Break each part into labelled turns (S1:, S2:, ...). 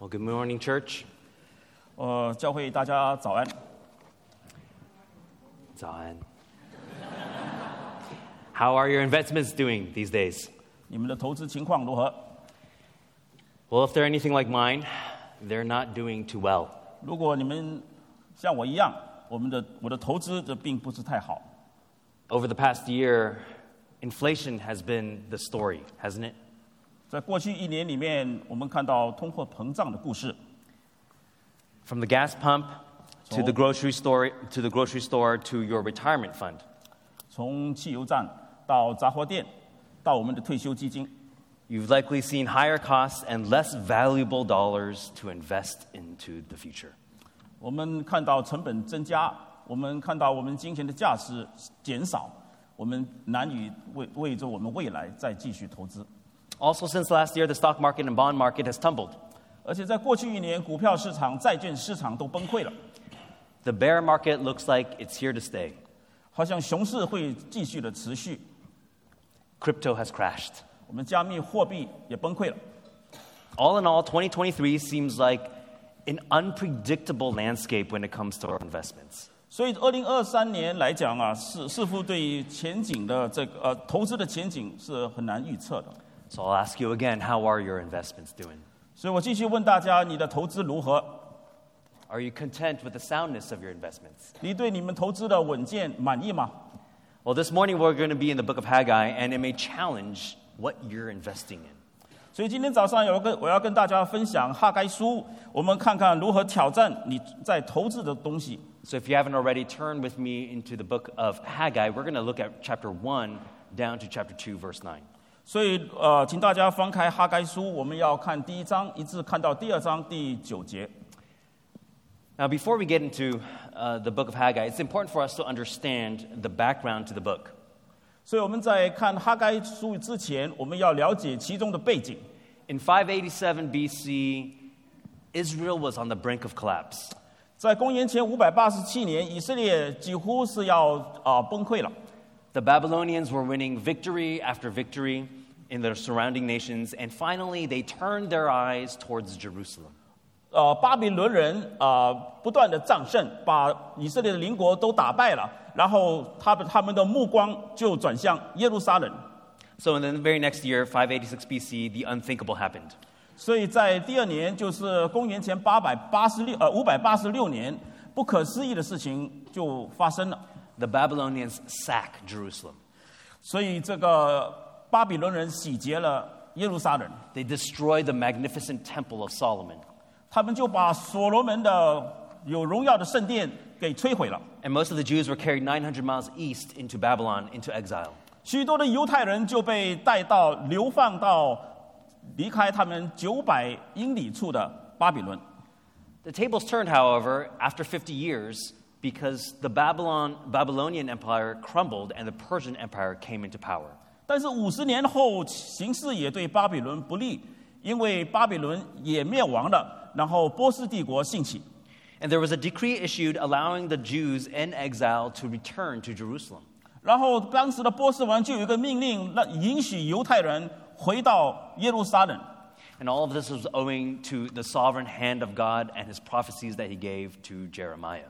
S1: Well, good morning, church.
S2: 呃，教会大家早安。
S1: 早安. How are your investments doing these days?
S2: 你们的投资情况如何？
S1: Well, if they're anything like mine, they're not doing too well.
S2: 如果你们像我一样，我们的我的投资这并不是太好。
S1: Over the past year, inflation has been the story, hasn't it?
S2: 在过去一年里面，我们看到通货膨胀的故事，
S1: From the gas pump to
S2: So-
S1: the grocery store to the grocery store to your retirement fund.
S2: 从汽油站到杂货店，到我们的退休基金，
S1: You've likely seen higher costs and less valuable dollars to invest into the future.
S2: 我们看到成本增加，我们看到我们金钱的价值减少，我们难以为为着我们未来再继续投资。
S1: Also, since last year, the stock market and bond market has tumbled.
S2: 而且在过去一年，股票市场、债券市场都崩溃了，
S1: The bear market looks like it's here to stay.
S2: 好像熊市会继续的持续。
S1: Crypto has crashed.
S2: 我们加密货币也崩溃了。
S1: All in all, 2023 seems like an unpredictable landscape when it comes to our investments.
S2: 所以，二零二三年来讲啊，是似乎对于前景的这个呃投资的前景是很难预测的。
S1: So I'll ask you again how are your investments doing?
S2: 所以我继续问大家，你的投资如何？
S1: Are you content with the soundness of your investments?
S2: 你对你们投资的稳健满意吗？
S1: Well, this morning we're going to be in the book of Haggai, and it may challenge what you're investing in.
S2: 所以今天早上有个我要跟大家分享哈该书，我们看看如何挑战你在投资的东西。
S1: So if you haven't already, turn with me into the book of Haggai. We're going to look at chapter 1 down to chapter 2, verse 9.
S2: 所以呃，请大家翻开哈该书，我们要看第一章，一直看到第二章第九节。
S1: Now, before we get into uh, the book of Haggai, it's important for us to understand the background to the book.
S2: 所以我们在看哈该书之前，我们要了解其中的背景。
S1: In 587 BC, Israel was on the brink of collapse.
S2: 在公元前五百八十七年，以色列几乎是要啊、呃崩溃了。
S1: The Babylonians were winning victory after victory in their surrounding nations, and finally they turned their eyes towards Jerusalem.
S2: 呃，巴比伦人啊、呃不断的战胜，把以色列的邻国都打败了，然后他们他们的目光就转向耶路撒冷。
S1: So, in the very next year, 586 BC, the unthinkable happened.
S2: 所以在第二年，就是公元前八百八十六呃五百八十六年，不可思议的事情就发生了。
S1: The Babylonians sack Jerusalem,
S2: 所以这个巴比伦人洗劫了耶路撒冷，
S1: they destroy the magnificent temple of Solomon.
S2: 他们就把所罗门的有荣耀的圣殿给摧毁了。
S1: And most of the Jews were carried 900 miles east into Babylon, into exile.
S2: 许多的犹太人就被带到流放到离开他们九百英里处的巴比伦。
S1: The tables turned, however, after 50 years because the Babylon, Babylonian Empire crumbled and the Persian Empire came into power.
S2: 但是五十年后，形势也对巴比伦不利，因为巴比伦也灭亡了，然后波斯帝国兴起。
S1: And there was a decree issued allowing the Jews in exile to return to Jerusalem.
S2: 然后当时的波斯王就有一个命令，让允许犹太人回到耶路撒冷。
S1: And all of this was owing to the sovereign hand of God and his prophecies that he gave to Jeremiah.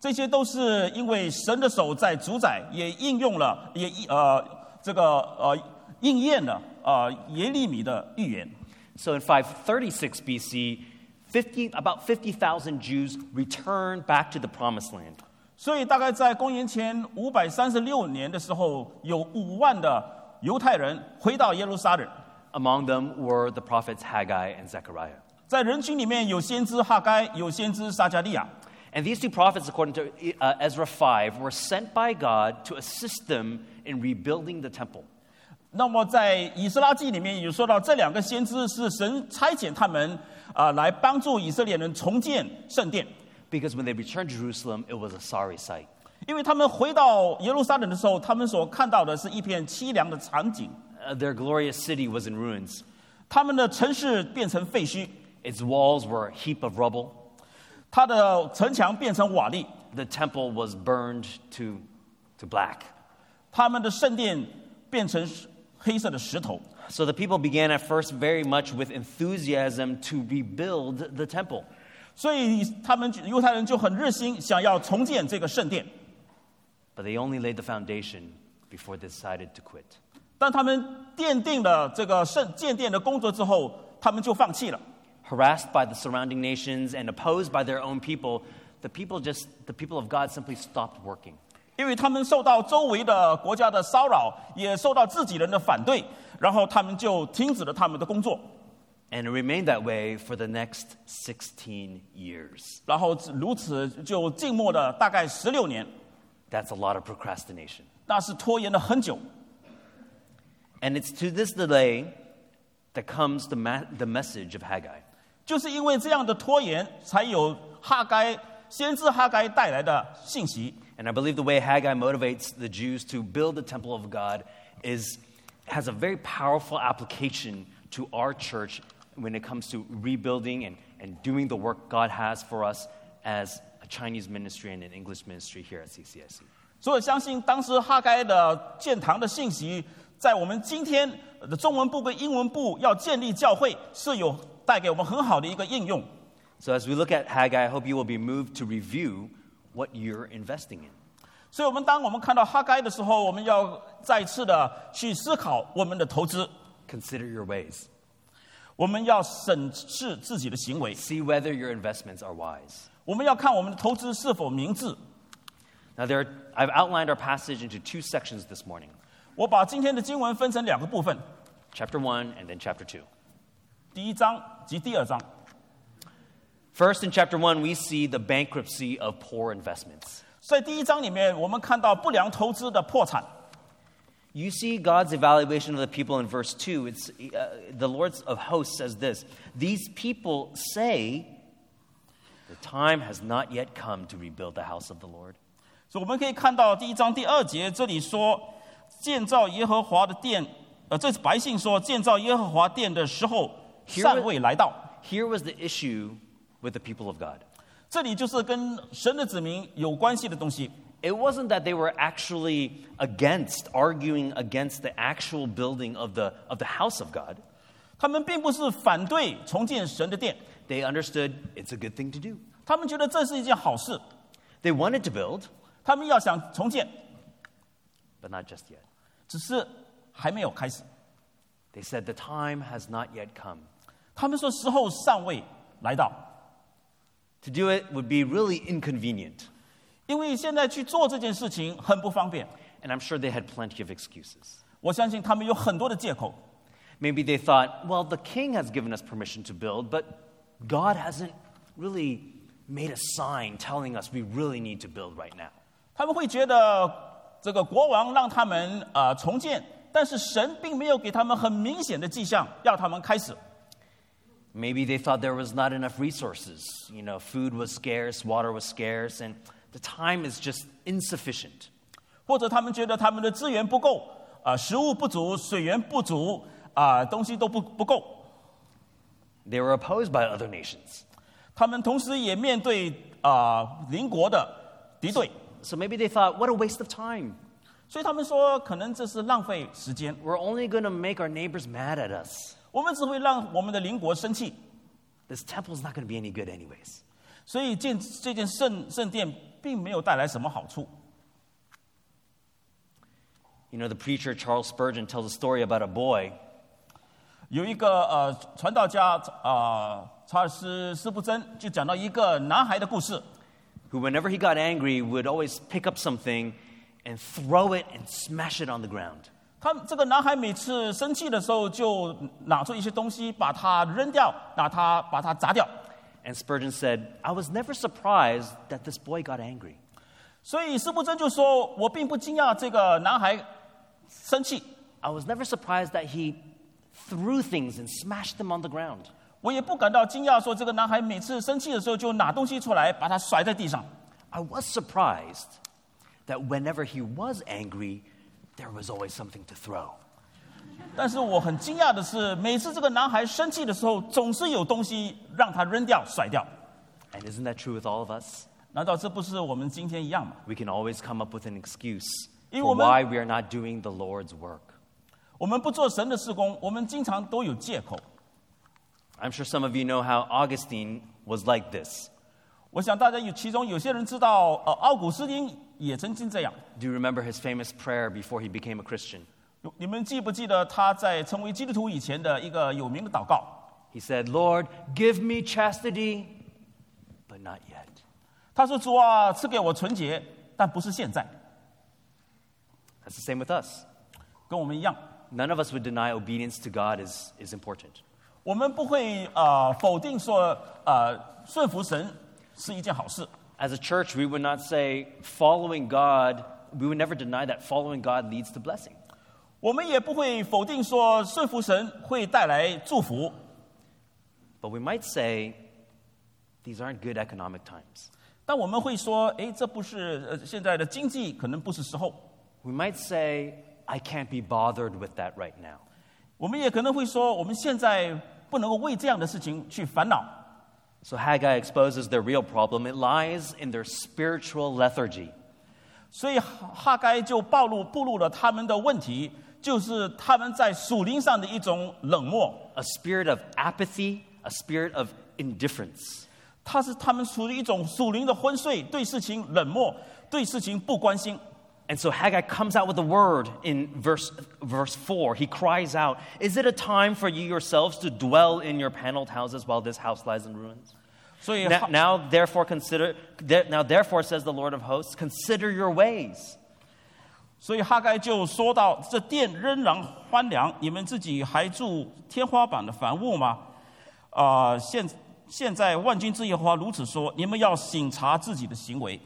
S2: 这些都是因为神的手在主宰，也应用了，也呃这个呃应验了呃耶利米的预言。
S1: So in 536 BC, 50, about 50,000 Jews returned back to the promised land.
S2: 所以大概在公元前五百三十六年的时候，有五万的犹太人回到耶路撒冷，
S1: Among them were the prophets Haggai and Zechariah.
S2: 在人群里面有先知哈该，有先知撒加利亚。
S1: And these two prophets, according to uh, Ezra 5, were sent by God to assist them in rebuilding the temple.
S2: 那么在以斯拉记里面有说到，这两个先知是神差遣他们啊、来帮助以色列人重建圣殿，
S1: Because when they returned to Jerusalem, it was a sorry sight.
S2: 因为他们回到耶路撒冷的时候，他们所看到的是一片凄凉的场景，
S1: Uh, their glorious city was in ruins,
S2: 他们的城市变成废墟，
S1: its walls were a heap of rubble,
S2: 它的城墙变成瓦砾，
S1: the temple was burned to, to black.
S2: 他们的圣殿变成黑色的石头。
S1: So the people began at first very much with enthusiasm to rebuild the temple.
S2: 所以他们就犹太人就很热心，想要重建这个圣殿，
S1: But they only laid the foundation before they decided to quit.
S2: 但他们奠定了这个圣建殿的工作之后，他们就放弃了。
S1: Harassed by the surrounding nations and opposed by their own people, the people just the people of God simply stopped working.
S2: 因为他们受到周围的国家的骚扰，也受到自己人的反对，然后他们就停止了他们的工作，
S1: And it remained that way for the next 16 years.
S2: 然后如此就静默了大概十六年，
S1: That's a lot of procrastination.
S2: 那是拖延了很久。
S1: And it's to this delay that comes the, ma- the message of Haggai.
S2: 就是因为这样的拖延，才有哈该先知哈该带来的信息。
S1: And I believe the way Haggai motivates the Jews to build the temple of God is, has a very powerful application to our church when it comes to rebuilding and, and doing the work God has for us as a Chinese ministry and an English ministry here at CCIC.
S2: 所以相信当时哈该的建堂的信息，在我们今天的中文部跟英文部要建立教会，是有带给我们很好的一个应用。
S1: So as we look at Haggai, I hope you will be moved to review what you're investing in.
S2: 所以，我们当我们看到哈该的时候，我们要再次的去思考我们的投资，
S1: Consider your ways.
S2: 我们要审视自己的行为，
S1: See whether your investments are wise.
S2: 我们要看我们的投资是否明智。
S1: Now, there are, I've outlined our passage into two sections this morning
S2: 我把今天的经文分成两个部分，
S1: chapter 1 and then chapter 2.
S2: 第一章及第二章。
S1: First, in chapter 1, we see the bankruptcy of poor investments.
S2: 在第一章里面，我们看到不良投资的破产。
S1: You see God's evaluation of the people in verse 2. It's, uh, the Lord of hosts says this These people say, The time has not yet come to rebuild the house of the Lord.
S2: 所以我们可以看到第一章第二节这里说，建造耶和华的殿，呃，这是百姓说建造耶和华殿的时候尚未来到。
S1: Here was the issue with the people of God.
S2: 这里就是跟神的子民有关系的东西。
S1: It wasn't that they were actually against, arguing against the actual building of the, of the house of God.
S2: 他们并不是反对重建神的殿，
S1: They understood it's a good thing to do.
S2: 他们觉得这是一件好事，
S1: They wanted to build,
S2: 他们要想重建，
S1: but not just yet.
S2: 只是还没有开始。
S1: They said, The time has not yet come.
S2: 他们说时候尚未来到，
S1: To do it would be really inconvenient.
S2: 因为现在去做这件事情很不方便。
S1: And I'm sure they had plenty of excuses.
S2: 我相信他们有很多的借口，
S1: Maybe they thought, Well, the king has given us permission to build, but God hasn't really made a sign telling us we really need to build right now.
S2: 他们会觉得这个国王让他们呃重建，但是神并没有给他们很明显的迹象，要他们开始。
S1: Maybe they thought there was not enough resources. You know, food was scarce, water was scarce, and the time is just insufficient.
S2: 或者他们觉得他们的资源不够，啊、食物不足，水源不足，啊、东西都不不够。
S1: They were opposed by other nations.
S2: 他们同时也面对啊、邻国的敌对，
S1: So maybe they thought, what a waste of time.
S2: 所以他们说，可能这是浪费时间，
S1: We're only going to make our neighbors mad at us.
S2: 我们只会让我们的邻国生气。
S1: This temple's not going to be any good, anyways.
S2: 所以建这件圣圣殿并没有带来什么好处。
S1: You know, the preacher Charles Spurgeon tells a story about a boy.
S2: 有一个呃传道家啊、呃查尔斯斯布真就讲到一个男孩的故事，
S1: who, whenever he got angry, would always pick up something and throw it and smash it on the ground.
S2: 他这个男孩每次生气的时候就拿出一些东西把它扔掉，拿它把它砸掉。
S1: And Spurgeon said, I was never surprised that this boy got angry.
S2: 所以斯布真就说：“我并不惊讶这个男孩生气，
S1: I was never surprised that he threw things and smashed them on the ground.
S2: 我也不感到惊讶，说这个男孩每次生气的时候就拿东西出来，把它甩在地上。
S1: I was surprised that whenever he was angry, there was always something to throw.
S2: 但是我很惊讶的是，每次这个男孩生气的时候，总是有东西让他扔掉、甩掉。
S1: And isn't that true with all of us?
S2: 难道这不是我们今天一样吗？
S1: We can always come up with an excuse
S2: Y
S1: for
S2: woman-
S1: why we are not doing the Lord's work.
S2: 我我们不做神的事工，我们经常都有借口。
S1: I'm sure some of you know how Augustine was like this.
S2: 我想大家有其中有些人知道，呃，奥古斯丁也曾经这样。
S1: Do you remember his famous prayer before he became a Christian?
S2: 有你们记不记得他在成为基督徒以前的一个有名的祷告？
S1: He said, Lord, give me chastity, but not yet.
S2: 他说：“主啊，赐给我纯洁，但不是现在。
S1: That's the same with us. ”
S2: 跟我们一样，
S1: None of us would deny obedience to God is, is important.
S2: 我们不会呃否定说呃顺服神是一件好事。
S1: As a church, we would not say following God, we would never deny that following God leads to blessing.
S2: 我们也不会否定说顺服神会带来祝福，
S1: But we might say these aren't good economic times.
S2: 但我们会说，哎，这不是呃现在的经济可能不是时候。
S1: We might say, I can't be bothered with that right now.
S2: 我们也可能会说，我们现在不能够为这样的事情去烦恼。
S1: So Haggai exposes their real problem. It lies in their spiritual lethargy.
S2: 所以哈哈该就暴露暴露了他们的问题，就是他们在属灵上的一种冷漠，
S1: a spirit of apathy, a spirit of indifference.
S2: 他是他们处于一种属灵的昏睡，对事情冷漠，对事情不关心。
S1: And so Haggai comes out with a word in verse, verse 4. He cries out, Is it a time for you yourselves to dwell in your paneled houses while this house lies in ruins?
S2: 所以
S1: Now,
S2: 哈
S1: now therefore, consider, there- now therefore, says the Lord of hosts, consider your ways.
S2: 所以哈该就说到：“这殿仍然荒凉，你们自己还住天花板的房屋吗？”啊、现现在万军之耶和华如此说：你们要省察自己的行为。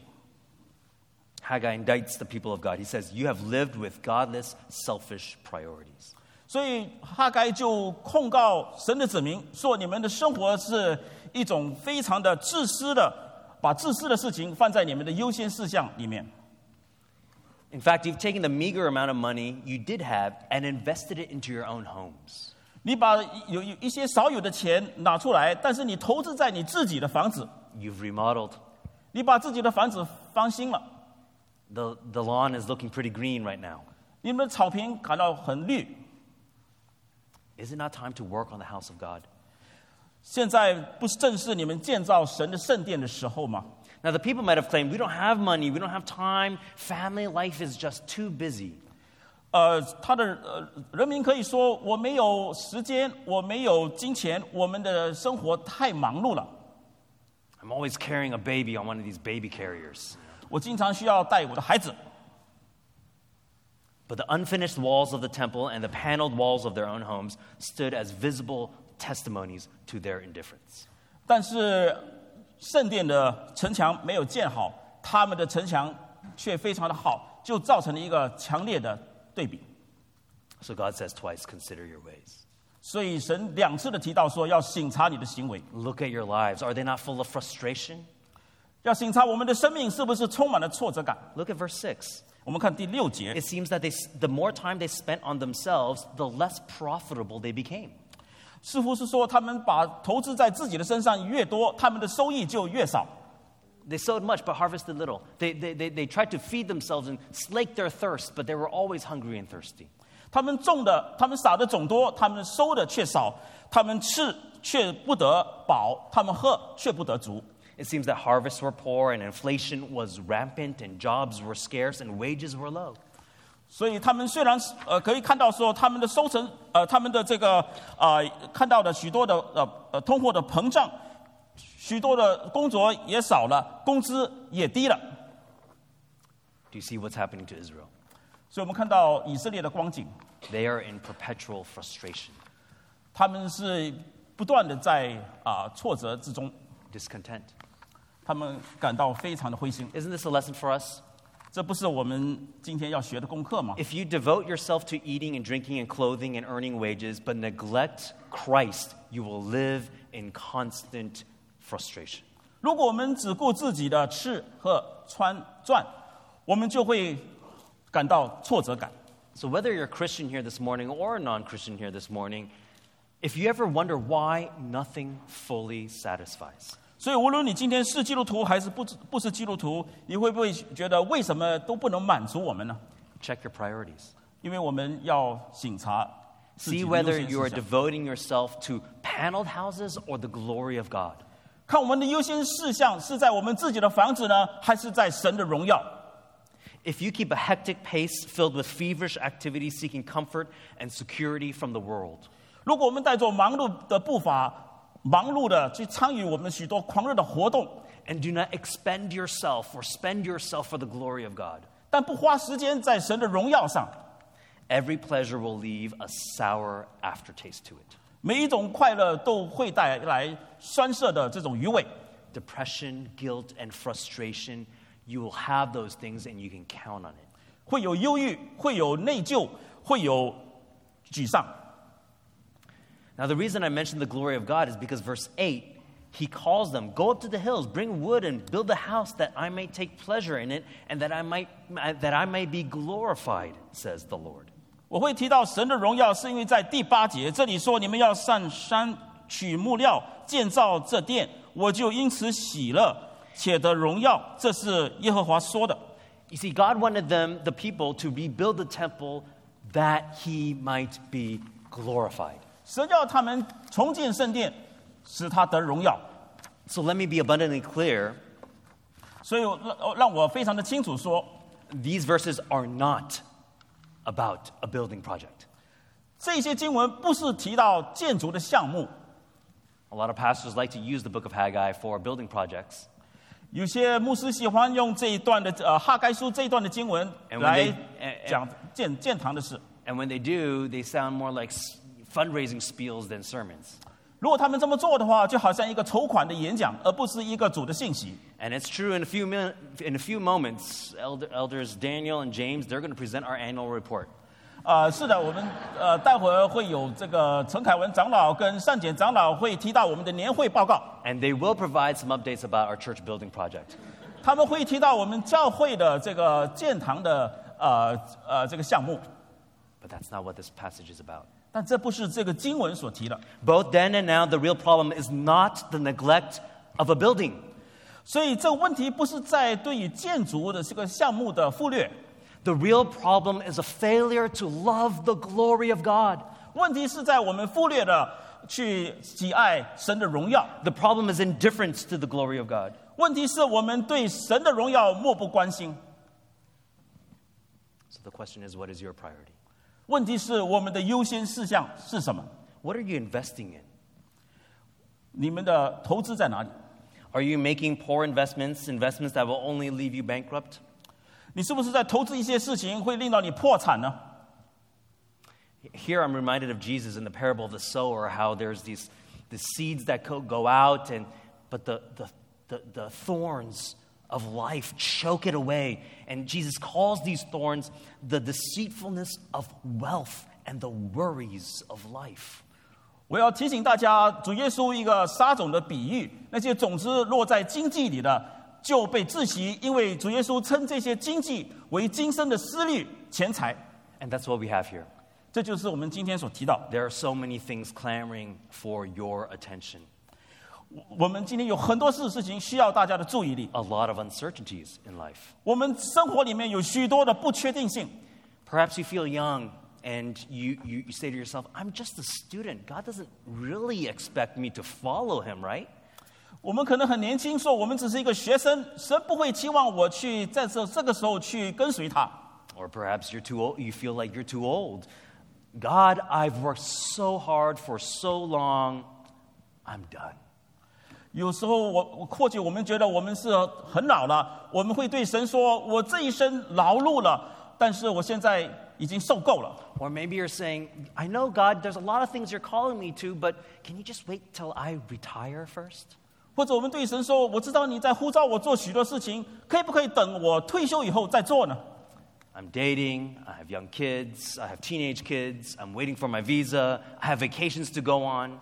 S1: Haggai indicts the people of God. He says, You have lived with godless, selfish priorities.
S2: 所以哈该就控告神的子民说：“你们的生活是一种非常的自私的，把自私的事情放在你们的优先事项里面。
S1: In fact, you've taken the meager amount of money you did have and invested it into your own homes.
S2: 你把有有一些少有的钱拿出来，但是你投资在你自己的房子，
S1: You've remodeled.
S2: 你把自己的房子翻新了，
S1: The, the lawn is looking pretty green right now.
S2: 你们的草坪感到很绿。
S1: Is it not time to work on the house of God?
S2: 现在不是正是你们建造神的圣殿的时候吗？”
S1: Now, the people might have claimed, we don't have money, we don't have time, family life is just too busy.
S2: 呃，他的呃人民可以说我没有时间，我没有金钱，我们的生活太忙碌了，
S1: I'm always carrying a baby on one of these baby carriers.
S2: 我经常需要带我的孩子。
S1: But the unfinished walls of the temple and the paneled walls of their own homes stood as visible testimonies to their indifference.
S2: 但是圣殿的城墙没有建好，他们的城墙却非常的好，就造成了一个强烈的对比。
S1: So God says twice, consider your ways.
S2: 所以神两次的提到说要审查你的行为，
S1: Look at your lives. Are they not full of frustration?
S2: 要审查我们的生命是不是充满了挫折感。
S1: Look at verse 6.
S2: 我们看第六节，
S1: It seems that they, the more time they spent on themselves, the less profitable they became.
S2: 似乎是说他们把投资在自己的身上越多，他们的收益就越少。
S1: They sowed much but harvested little. They, they, they, they tried to feed themselves and slake their thirst, but they were always hungry and thirsty.
S2: 他们种的，他们撒的种多，他们收的却少；他们吃却不得饱，他们喝却不得足。
S1: It seems that harvests were poor and inflation was rampant and jobs were scarce and wages were low.
S2: 所以他们虽然是呃可以看到说他们的收成呃他们的这个呃看到的许多的呃呃通货的膨胀，许多的工作也少了，工资也低了。
S1: Do you see what's happening to Israel?
S2: 所以我们看到以色列的光景，
S1: They are in perpetual frustration,
S2: 他们是不断的在啊、挫折之中，
S1: discontent.
S2: 他们感到非常的灰心。
S1: Isn't this a lesson for us?
S2: 这不是我们今天要学的功课吗？
S1: If you devote yourself to eating and drinking and clothing and earning wages, but neglect Christ, you will live in constant frustration.
S2: 如果我们只顾自己的吃喝穿赚，我们就会感到挫折感。
S1: So, whether you're a Christian here this morning or a non Christian here this morning, if you ever wonder why nothing fully satisfies,
S2: 所以，无论你今天是基督徒还是不不是基督徒，你会不会觉得为什么都不能满足我们呢？
S1: check your priorities.
S2: 因因为我们要审查自己
S1: See
S2: 的
S1: whether
S2: 优先
S1: you are
S2: 事项
S1: devoting yourself to paneled houses or the glory of God.
S2: 看我们的优先事项是在我们自己的房子呢，还是在神的荣耀？
S1: If you keep a hectic pace filled with feverish activity seeking comfort and security from the world,
S2: 如果我们带着忙碌的步伐，忙碌的去参与我们许多狂热的活动，
S1: and do not expend yourself or spend yourself for the glory of God,
S2: 但不花时间在神的荣耀上，
S1: every pleasure will leave a sour aftertaste to it.
S2: 每一种快乐都会带来酸涩的这种余味。
S1: Depression, guilt, and frustration, you will have those things and you can count on it.
S2: 会有忧郁，会有内疚，会有沮丧。
S1: Now, the reason I mentioned the glory of God is because verse 8, he calls them, Go up to the hills, bring wood, and build a house that I may take pleasure in it, and that I, might, that I may be glorified, says the Lord.
S2: 我会提到神的荣耀，是因为在第八节这里说：“你们要上山取木料，建造这殿，我就因此喜乐，且得荣耀。”这是耶和华说的。
S1: You see, God wanted them, the people, to rebuild the temple that he might be glorified.
S2: 神要他们重建圣殿，使他得荣耀。
S1: So let me be abundantly clear
S2: 所以我让让我非常的清楚说，
S1: these verses are not about a building project.
S2: 这些经文不是提到建筑的项目。
S1: A lot of pastors like to use the book of Haggai for building projects.
S2: 有些牧师喜欢用这一段的呃哈该书这一段的经文
S1: And when
S2: 来
S1: they- 呃 and- and-
S2: 讲建建堂的事。
S1: And when they do, they sound more like s- fundraising spiels than sermons.
S2: 如果他们这么做的话，就好像一个筹款的演讲，而不是一个主的信息。
S1: And it's true in a few, min- in a few moments, elder, elders Daniel and James, they're going to present our annual report.
S2: 呃，是的，我们呃待会儿会有这个陈凯文长老跟单简长老会提到我们的年会报告，
S1: And they will provide some updates about our church building project.
S2: 他们会提到我们教会的这个建堂的呃呃这个项目，
S1: But that's not what this passage is about.
S2: 但这不是这个经文所提的。
S1: Both then and now, the real problem is not the neglect of a building.
S2: 所以这个问题不是在对于建筑的这个项目的忽略，
S1: The real problem is a failure to love the glory of God.
S2: 问题是在我们忽略了去喜爱神的荣耀，
S1: The problem is indifference to the glory of God.
S2: 问题是我们对神的荣耀漠不关心，
S1: So the question is what is your priority?
S2: 问题是我们的优先事项是什么？
S1: What are you investing in?
S2: 你们的投资在哪里？
S1: Are you making poor investments, investments that will only leave you bankrupt?
S2: 你是不是在投资一些事情会令到你破产呢？
S1: Here I'm reminded of Jesus in the parable of the sower, how there's these the seeds that co- go out, and but the, the, the, the thorns of life choke it away. And Jesus calls these thorns the deceitfulness of wealth and the worries of life.
S2: 我要提醒大家，主耶稣一个撒种的比喻，那些种子落在经济里的就被窒息，因为主耶稣称这些经济为今生的思虑、钱财。
S1: And that's what we have here.
S2: 这就是我们今天所提到，
S1: There are so many things clamoring for your attention,
S2: 我们今天有很多事事情需要大家的注意力。
S1: a lot of uncertainties in life.
S2: 我们生活里面有许多的不确定性，
S1: Perhaps you feel young and you, you, you say to yourself, I'm just a student. God doesn't really expect me to follow him, right?
S2: 我们可能很年轻，说我们只是一个学生，神不会期望我去在这这个时候去跟随他。
S1: Or perhaps you're too old, you feel like you're too old. God, I've worked so hard for so long, I'm done.
S2: 有时候我我或许我们觉得我们是很老了，我们会对神说：“我这一生劳碌了，但是我现在已经受够了。
S1: Or maybe you're saying, I know, God, there's a lot of things you're calling me to, but can you just wait till I retire first? ”
S2: 或者我们对神说：“我知道你在呼召我做许多事情，可以不可以等我退休以后再做呢
S1: I'm dating, I have young kids, I have teenage kids, I'm waiting for my visa, I have vacations to go on.？”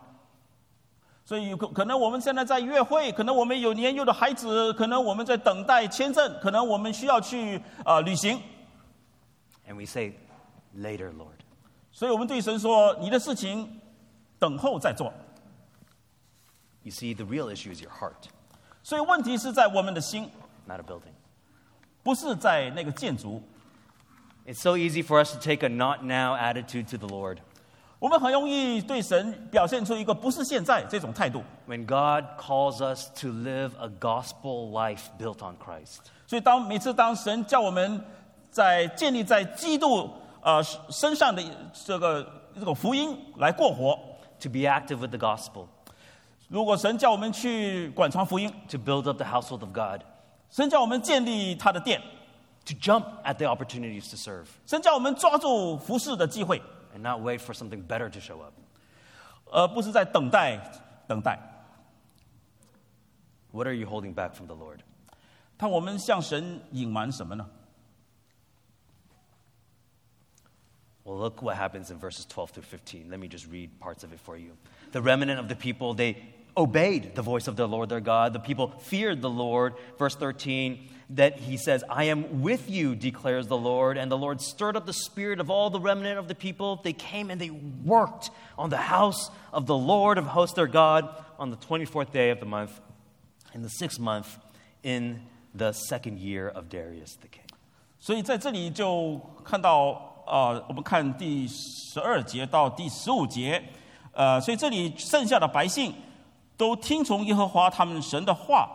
S2: 所以有可可能我们现在在约会，可能我们有年幼的孩子，可能我们在等待签证，可能我们需要去呃旅行。
S1: And we say, Later, Lord.
S2: 所以我们对神说：“你的事情等候再做。
S1: You see, the real issue is your heart, ”
S2: 所以问题是在我们的心，
S1: not a building.
S2: 不是在那个建筑。
S1: It's so easy for us to take a not now attitude to the Lord.
S2: 我们很容易对神表现出一个不是现在这种态度。
S1: When God calls us to live a gospel life built on Christ,
S2: 所以当每次当神叫我们在建立在基督呃身上的这个这种福音来过活，
S1: to be active with the gospel,
S2: 如果神叫我们去广传福音，
S1: to build up the household of God,
S2: 神叫我们建立他的殿，
S1: to jump at the opportunities to serve
S2: 神叫我们抓住服侍的机会，
S1: and not wait for something better to show up.
S2: 而不是在等待等待。
S1: What are you holding back from the Lord?
S2: 但我们向神隐瞒什么呢？
S1: Well, look what happens in verses 12 through 15. Let me just read parts of it for you. The remnant of the people, they obeyed the voice of the Lord their God. The people feared the Lord. Verse 13, that he says, I am with you, declares the Lord. And the Lord stirred up the spirit of all the remnant of the people. They came and they worked on the house of the Lord of hosts their God on the 24th day of the month, in the sixth month, in the second year of Darius the king.
S2: 所以在这里就看到，呃，我们看第十二节到第十五节，呃，所以这里剩下的百姓都听从耶和华他们神的话，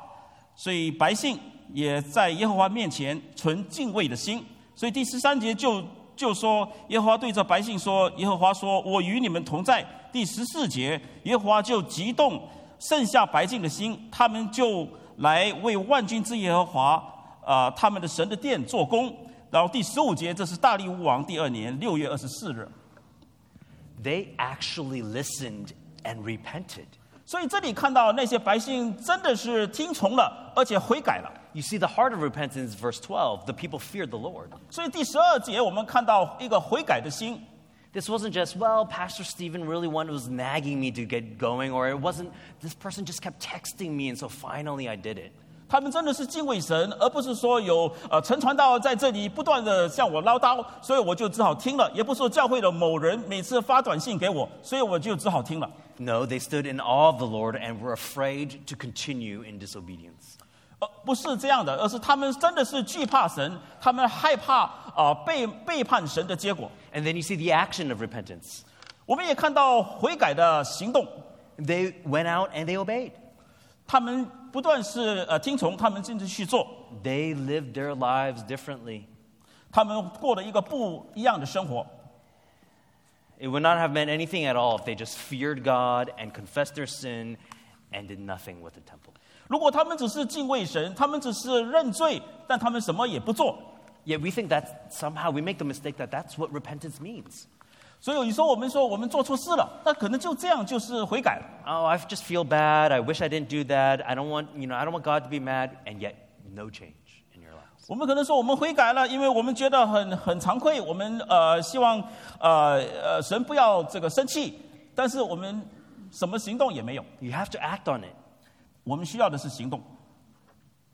S2: 所以百姓也在耶和华面前存敬畏的心。所以第十三节就就说耶和华对着百姓说：“耶和华说，我与你们同在。”第十四节，耶和华就激动剩下百姓的心，他们就来为万军之耶和华啊、呃他们的神的殿做工。然后第十五节，这是大利乌王第二年六月二十四日。
S1: They actually listened and repented.
S2: 所以这里看到那些百姓真的是听从了，而且悔改了。
S1: You see, the heart of repentance, verse 12, the people feared the Lord.
S2: 所以第十二节我们看到一个悔改的心，
S1: This wasn't just, well, Pastor Stephen really one was nagging me to get going, or it wasn't, this person just kept texting me, and so finally I did it.
S2: 他们真的是敬畏神，而不是说有呃陈传道在这里不断的向我唠叨，所以我就只好听了；也不是说教会的某人每次发短信给我，所以我就只好听了。
S1: No, they stood in awe of the Lord and were afraid to continue in disobedience.
S2: 呃，不是这样的，而是他们真的是惧怕神，他们害怕呃背背叛神的结果。
S1: And then you see the action of repentance.
S2: 我们也看到悔改的行动，
S1: They went out and they obeyed.
S2: 他们不断是呃听从，他们甚至去做，
S1: They lived their lives differently.
S2: 他们过了一个不一样的生活。
S1: It would not have meant anything at all if they just feared God and confessed their sin and did nothing with the temple.
S2: 如果他们只是敬畏神，他们只是认罪，但他们什么也不做，
S1: Yet we think that somehow we make the mistake that that's what repentance means.
S2: 所以有时候我们说我们做错事了，那可能就这样就是悔改了。
S1: Oh, I just feel bad. I wish I didn't do that. I don't want, you know, I don't want God to be mad. And yet, no change in your lives.
S2: 我们可能说我们悔改了，因为我们觉得很很惭愧，我们呃希望呃呃神不要这个生气，但是我们什么行动也没有。
S1: You have to act on it.
S2: 我们需要的是行动。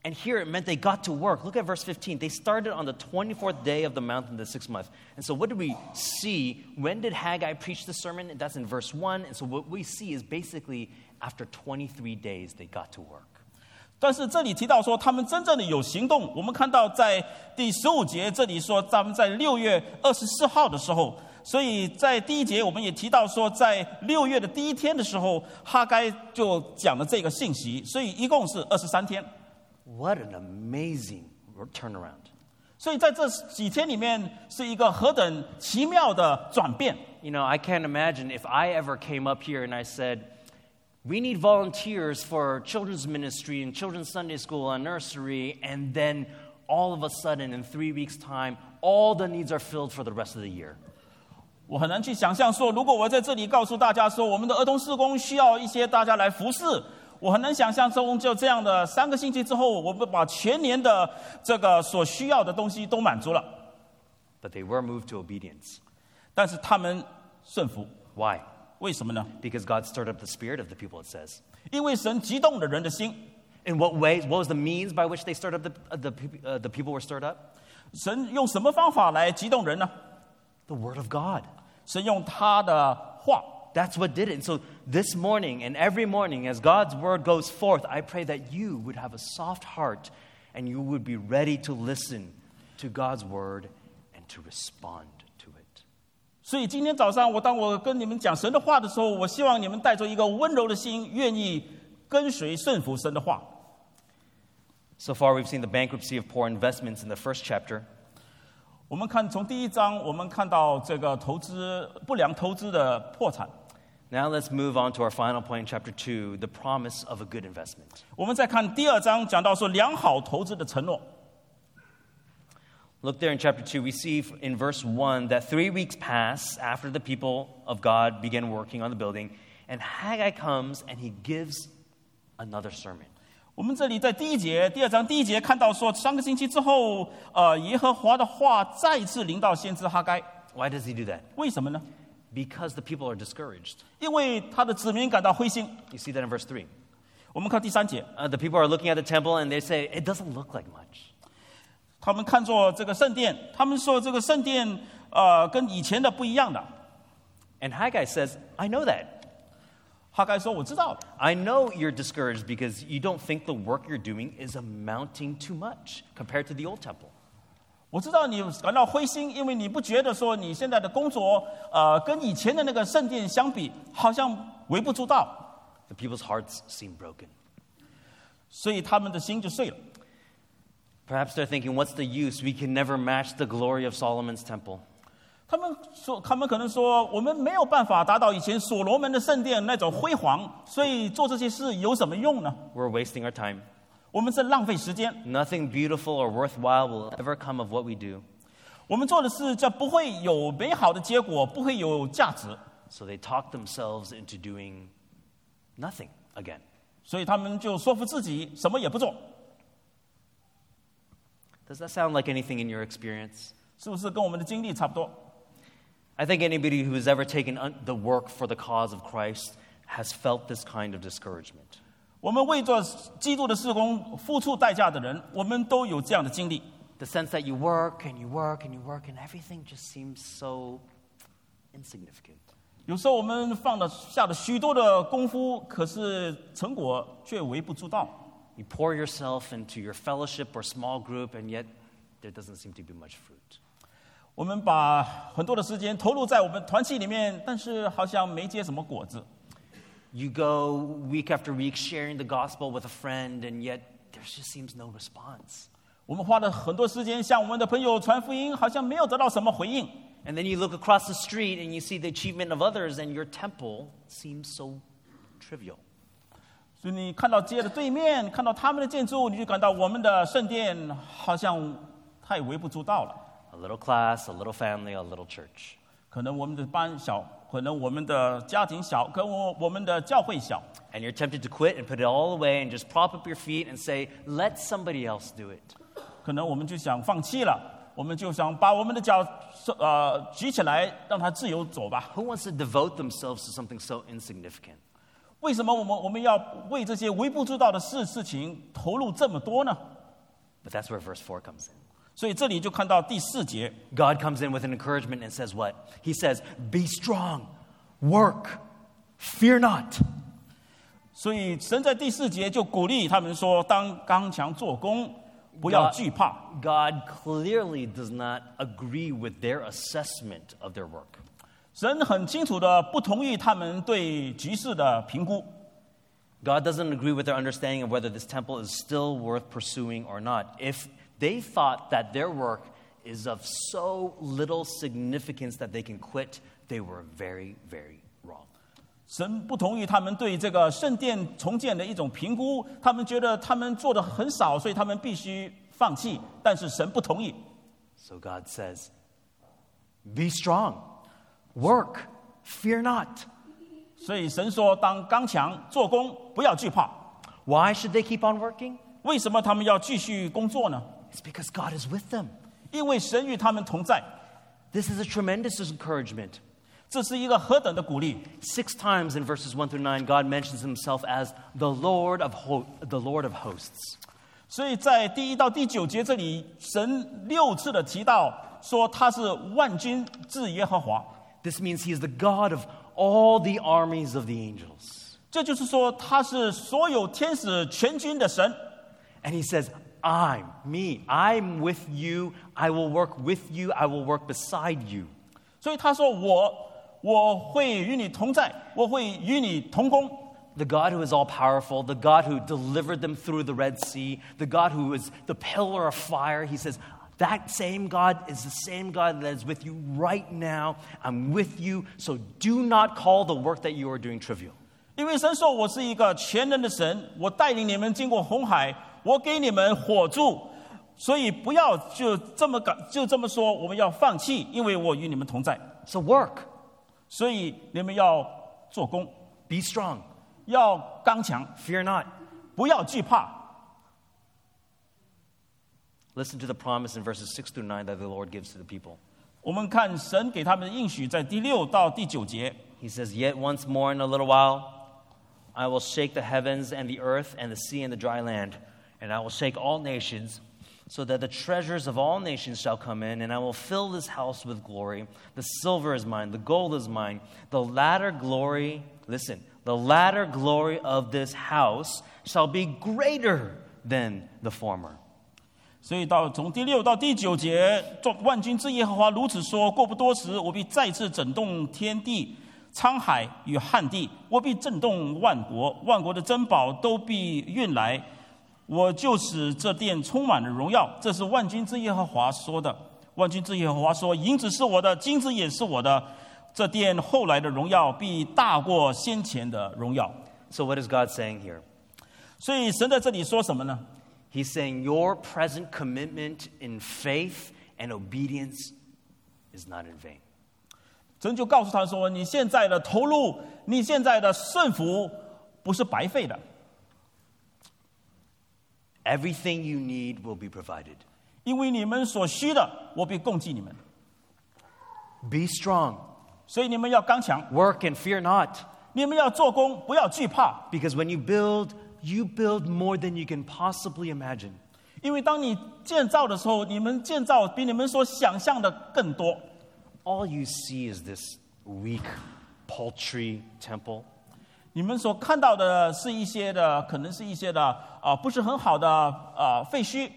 S1: And here it meant they got to work. Look at verse 15. They started on the 24th day of the month in the sixth month. And so, what do we see? When did Haggai preach the sermon? That's in verse 1. And so, what we see is basically after 23 days, they got to work.
S2: 但是这里提到说他们真正的有行动，我们看到在第十五节这里说他们在六月二十四号的时候，所以在第一节我们也提到说在六月的第一天的时候，哈该就讲了这个信息，所以一共是二十三天。
S1: What an amazing turnaround.
S2: 所以在这几天里面是一个何等奇妙的转变。
S1: You know, I can't imagine if I ever came up here and I said, we need volunteers for children's ministry and children's Sunday school and nursery, and then all of a sudden, in three weeks' time, all the needs are filled for the rest of the year.
S2: 我很难去想象说，如果我在这里告诉大家说，我们的儿童施工需要一些大家来服侍，我很难想象中就这样的三个星期之后，我们把全年的这个所需要的东西都满足了。
S1: But they were moved to obedience.
S2: 但是他们顺服，
S1: Why?
S2: 为什么呢？
S1: Because God stirred up the spirit of the people, it says.
S2: 因为神激动了人的心，
S1: In what ways? What was the means by which they stirred up the, uh, the, peop- uh, the people were stirred up?
S2: 神用什么方法来激动人呢？
S1: The Word of God.
S2: 神用他的话，
S1: That's what did it. And so this morning and every morning, as God's word goes forth, I pray that you would have a soft heart and you would be ready to listen to God's word and and to respond to it.
S2: 所以今天早上，我当我跟你们讲神的话的时候，我希望你们带着一个温柔的心，愿意跟随顺服神的话。
S1: So far, we've seen the bankruptcy of poor investments in the first chapter.
S2: 我们看从第一章，我们看到这个投资不良投资的破产。
S1: Now let's move on to our final point in chapter 2 the promise of a good investment.
S2: 我们再看第二章，讲到说良好投资的承诺。
S1: Look there in chapter 2, we see in verse 1 that three weeks pass after the people of God began working on the building, and Haggai comes and he gives another sermon.
S2: 我们这里在第一节、第二章第一节看到说，三个星期之后，呃，耶和华的话再次临到先知哈该，
S1: Why does he do that?
S2: 为什么呢？
S1: Because the people are discouraged.
S2: 因为他的子民感到灰心。
S1: You see that in verse 3.
S2: 我们看第三节，
S1: Uh, the people are looking at the temple and they say, It doesn't look like much.
S2: 他们看作这个圣殿，他们说这个圣殿，呃，跟以前的不一样的。
S1: And Haggai says, I know that.
S2: 哈该说：“我知道，
S1: I know you're discouraged because you don't think the work you're doing is amounting to much compared to the old temple.
S2: 我知道你感到灰心，因为你不觉得说你现在的工作，呃，跟以前的那个圣殿相比，好像微不足道，
S1: The people's hearts seem broken.
S2: 所以他们的心就碎了。
S1: Perhaps they're thinking, What's the use? We can never match the glory of Solomon's temple.
S2: 他们说，他们可能说，我们没有办法达到以前所罗门的圣殿那种辉煌，所以做这些事有什么用呢？
S1: We're wasting our time.
S2: 我们是浪费时间，
S1: Nothing beautiful or worthwhile will ever come of what we do.
S2: 我们做的事这不会有美好的结果，不会有价值，
S1: So they talk themselves into doing nothing again.
S2: 所以他们就说服自己什么也不做，
S1: Does that sound like anything in your experience?
S2: 是不是跟我们的经历差不多？
S1: I think anybody who has ever taken un- the work for the cause of Christ has felt this kind of discouragement.
S2: 我们为做基督的事工付出代价的人，我们都有这样的经历。
S1: The sense that you work and you work and you work and everything just seems so insignificant.
S2: 有时候我们放了下了许多的功夫，可是成果却微不足道。
S1: You pour yourself into your fellowship or small group, and yet there doesn't seem to be much fruit.
S2: 我们把很多的时间投入在我们团契里面，但是好像没结什么果子。
S1: You go week after week sharing the gospel with a friend, and yet there just seems no response.
S2: 我们花了很多时间向我们的朋友传福音，好像没有得到什么回应。
S1: And then you look across the street and you see the achievement of others, and your temple seems so trivial.
S2: 所以你看到街的对面，看到他们的建筑，你就感到我们的圣殿好像太微不足道了。
S1: A little class, a little family, a little church.
S2: 可能我们的班小，可能我们的家庭小，跟我我们的教会小，
S1: And you're tempted to quit and put it all away and just prop up your feet and say, let somebody else do it.
S2: 可能我们就想放弃了，我们就想把我们的脚呃举起来，让它自由走吧。
S1: Who wants to devote themselves to something so insignificant?
S2: 为什么我们我们要为这些微不足道的事事情投入这么多呢？
S1: But that's where verse 4 comes in.
S2: 所以这里就看到第四节，
S1: God comes in with an encouragement and says, What? He says, Be strong, work, fear not.
S2: 所以神在第四节就鼓励他们说：当刚强做工，不要
S1: God-
S2: 惧怕。
S1: God clearly does not agree with their assessment of their work.
S2: 神很清楚的不同意他们对局势的评估，
S1: God doesn't agree with their understanding of whether this temple is still worth pursuing or not. If they thought that their work is of so little significance that they can quit, they were very, very wrong.
S2: 神不同意他们对这个圣殿重建的一种评估，他们觉得他们做的很少，所以他们必须放弃。但是神不同意，
S1: So God says, Be strong, work, fear not.
S2: 所以神说：“当刚强做工，不要惧怕。
S1: Why should they keep on working? ”
S2: 为什么他们要继续工作呢？
S1: It's because God is with them.
S2: 因为神与他们同在，
S1: This is a tremendous encouragement.
S2: 这是一个何等的鼓励！
S1: Six times in verses 1 through 9, God mentions himself as the Lord of, ho- the Lord of hosts.
S2: 所以在第一到第九节这里，神六次的提到说他是万军之耶和华，
S1: This means he is the God of all the armies of the angels.
S2: 这就是说他是所有天使全军的神。
S1: And he says, I'm me. I'm with you. I will work with you. I will work beside you.
S2: 所以他说我我会与你同在，我会与你同工。
S1: The God who is all powerful, the God who delivered them through the Red Sea, the God who is the pillar of fire, he says, That same God is the same God that is with you right now. I'm with you. So do not call the work that you are doing trivial.
S2: 因为神说我是一个全能的神，我带领你们经过红海，我给你们火柱，所以不要就这么感就这么说，我们要放弃，因为我与你们同在，
S1: So work,
S2: 所以你们要做工，
S1: be strong,
S2: 要刚强，
S1: fear not.
S2: 不要惧怕。
S1: Listen to the promise in verses 6 through 9 that the Lord gives to the people.
S2: 我们看神给他们的应许，在第六到第九节，
S1: He says, Yet once more in a little while, I will shake the heavens and the earth and the sea and the dry land, and I will shake all nations, so that the treasures of all nations shall come in, and I will fill this house with glory. The silver is mine, the gold is mine. The latter glory, listen, the latter glory of this house shall be greater than the former.
S2: 所以到从第六到第九节，众万军之耶和华如此说：过不多时，我必再次震动天地、沧海与旱地，我必震动万国，万国的珍宝都必运来，我就使这殿充满了荣耀。这是万军之耶和华说的。万军之耶和华说：银子是我的，金子也是我的。这殿后来的荣耀必大过先前的荣耀。
S1: So, what is God saying here?
S2: 所以神在这里说什么呢？
S1: He's saying, Your present commitment in faith and obedience is not in vain.
S2: 神就告诉他说：“你现在的投入，你现在的顺服，不是白费的，
S1: Everything you need will be provided.
S2: 因为你们所需的，我必供给你们。
S1: Be strong,
S2: 所以你们要刚强，
S1: work and fear not,
S2: 你们要做工，不要惧怕，
S1: because when you build, you build more than you can possibly imagine.
S2: 因为当你建造的时候，你们建造比你们所想象的更多。
S1: All you see is this weak, paltry temple.
S2: 你们所看到的是一些的，可能是一些的啊、不是很好的啊、废墟。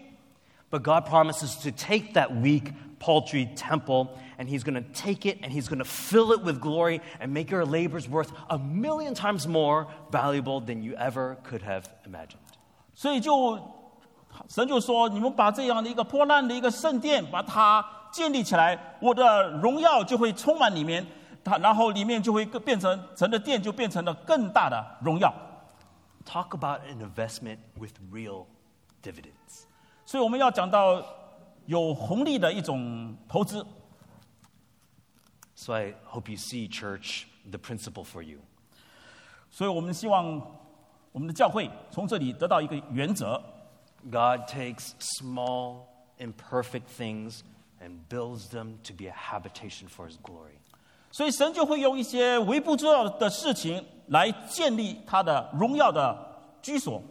S1: But God promises to take that weak, paltry temple, and He's going to take it and He's going to fill it with glory and make your labors worth a million times more valuable than you ever could have imagined.
S2: 所以就神就说：“你们把这样的一个破烂的一个圣殿，把它建立起来，我的荣耀就会充满里面，它然后里面就会更变成神的殿，就变成了更大的荣耀。
S1: Talk about an investment with real dividends. ”
S2: 所以我们要讲到有红利的一种投资。
S1: So I hope you see, church, the principle for you.
S2: 所以我们希望我们的教会从这里得到一个原则：
S1: God takes small, imperfect things and builds them to be a habitation for his glory.
S2: 所以神就会用一些微不足道的事情来建立他的荣耀的居所。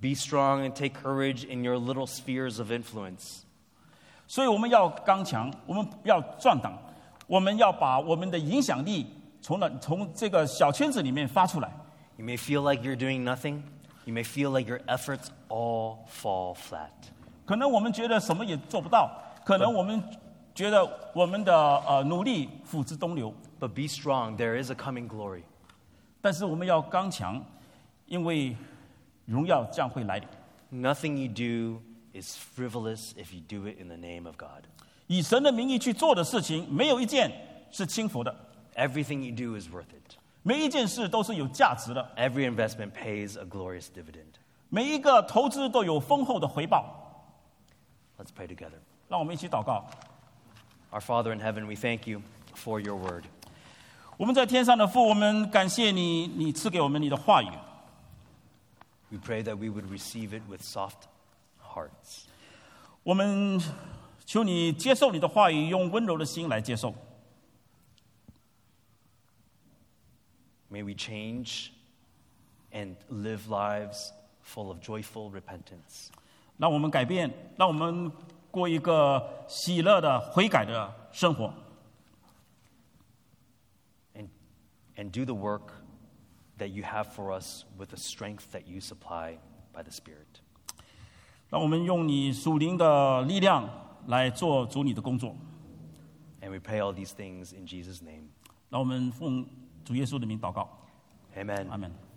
S1: Be strong and take courage in your little spheres of influence.
S2: 所以我们要刚强，我们要壮胆，我们要把我们的影响力从那从这个小圈子里面发出来。
S1: You may feel like you're doing nothing. You may feel like your efforts all fall flat.
S2: 可能我们觉得什么也做不到，可能我们觉得我们的呃努力付之东流，
S1: But be strong. There is a coming glory.
S2: 但是我们要刚强，因为荣耀将会来临。
S1: Nothing you do is frivolous if you do it in the name of God.
S2: 以神的名义去做的事情，没有一件是轻浮的，
S1: Everything you do is worth it.
S2: 每一件事都是有价值的，
S1: Every investment pays a glorious dividend.
S2: 每一个投资都有丰厚的回报。
S1: Let's pray together.
S2: 让我们一起祷告。
S1: Our Father in heaven, we thank you for your word.
S2: 我们在天上的父，我们感谢你，你赐给我们你的话语。
S1: We pray that we would receive it with soft hearts.
S2: 我们求你接受你的话语，用温柔的心来接受。
S1: May we change and live lives full of joyful repentance.
S2: 让我们改变，让我们过一个喜乐的悔改的生活，
S1: and, and do the work that you have for us with the strength that you supply by the Spirit.
S2: 让我们用你属灵的力量来做主你的工作。
S1: And we pray all these things in Jesus' name.
S2: 让我们奉主耶稣的名祷告，
S1: Amen.
S2: 阿门。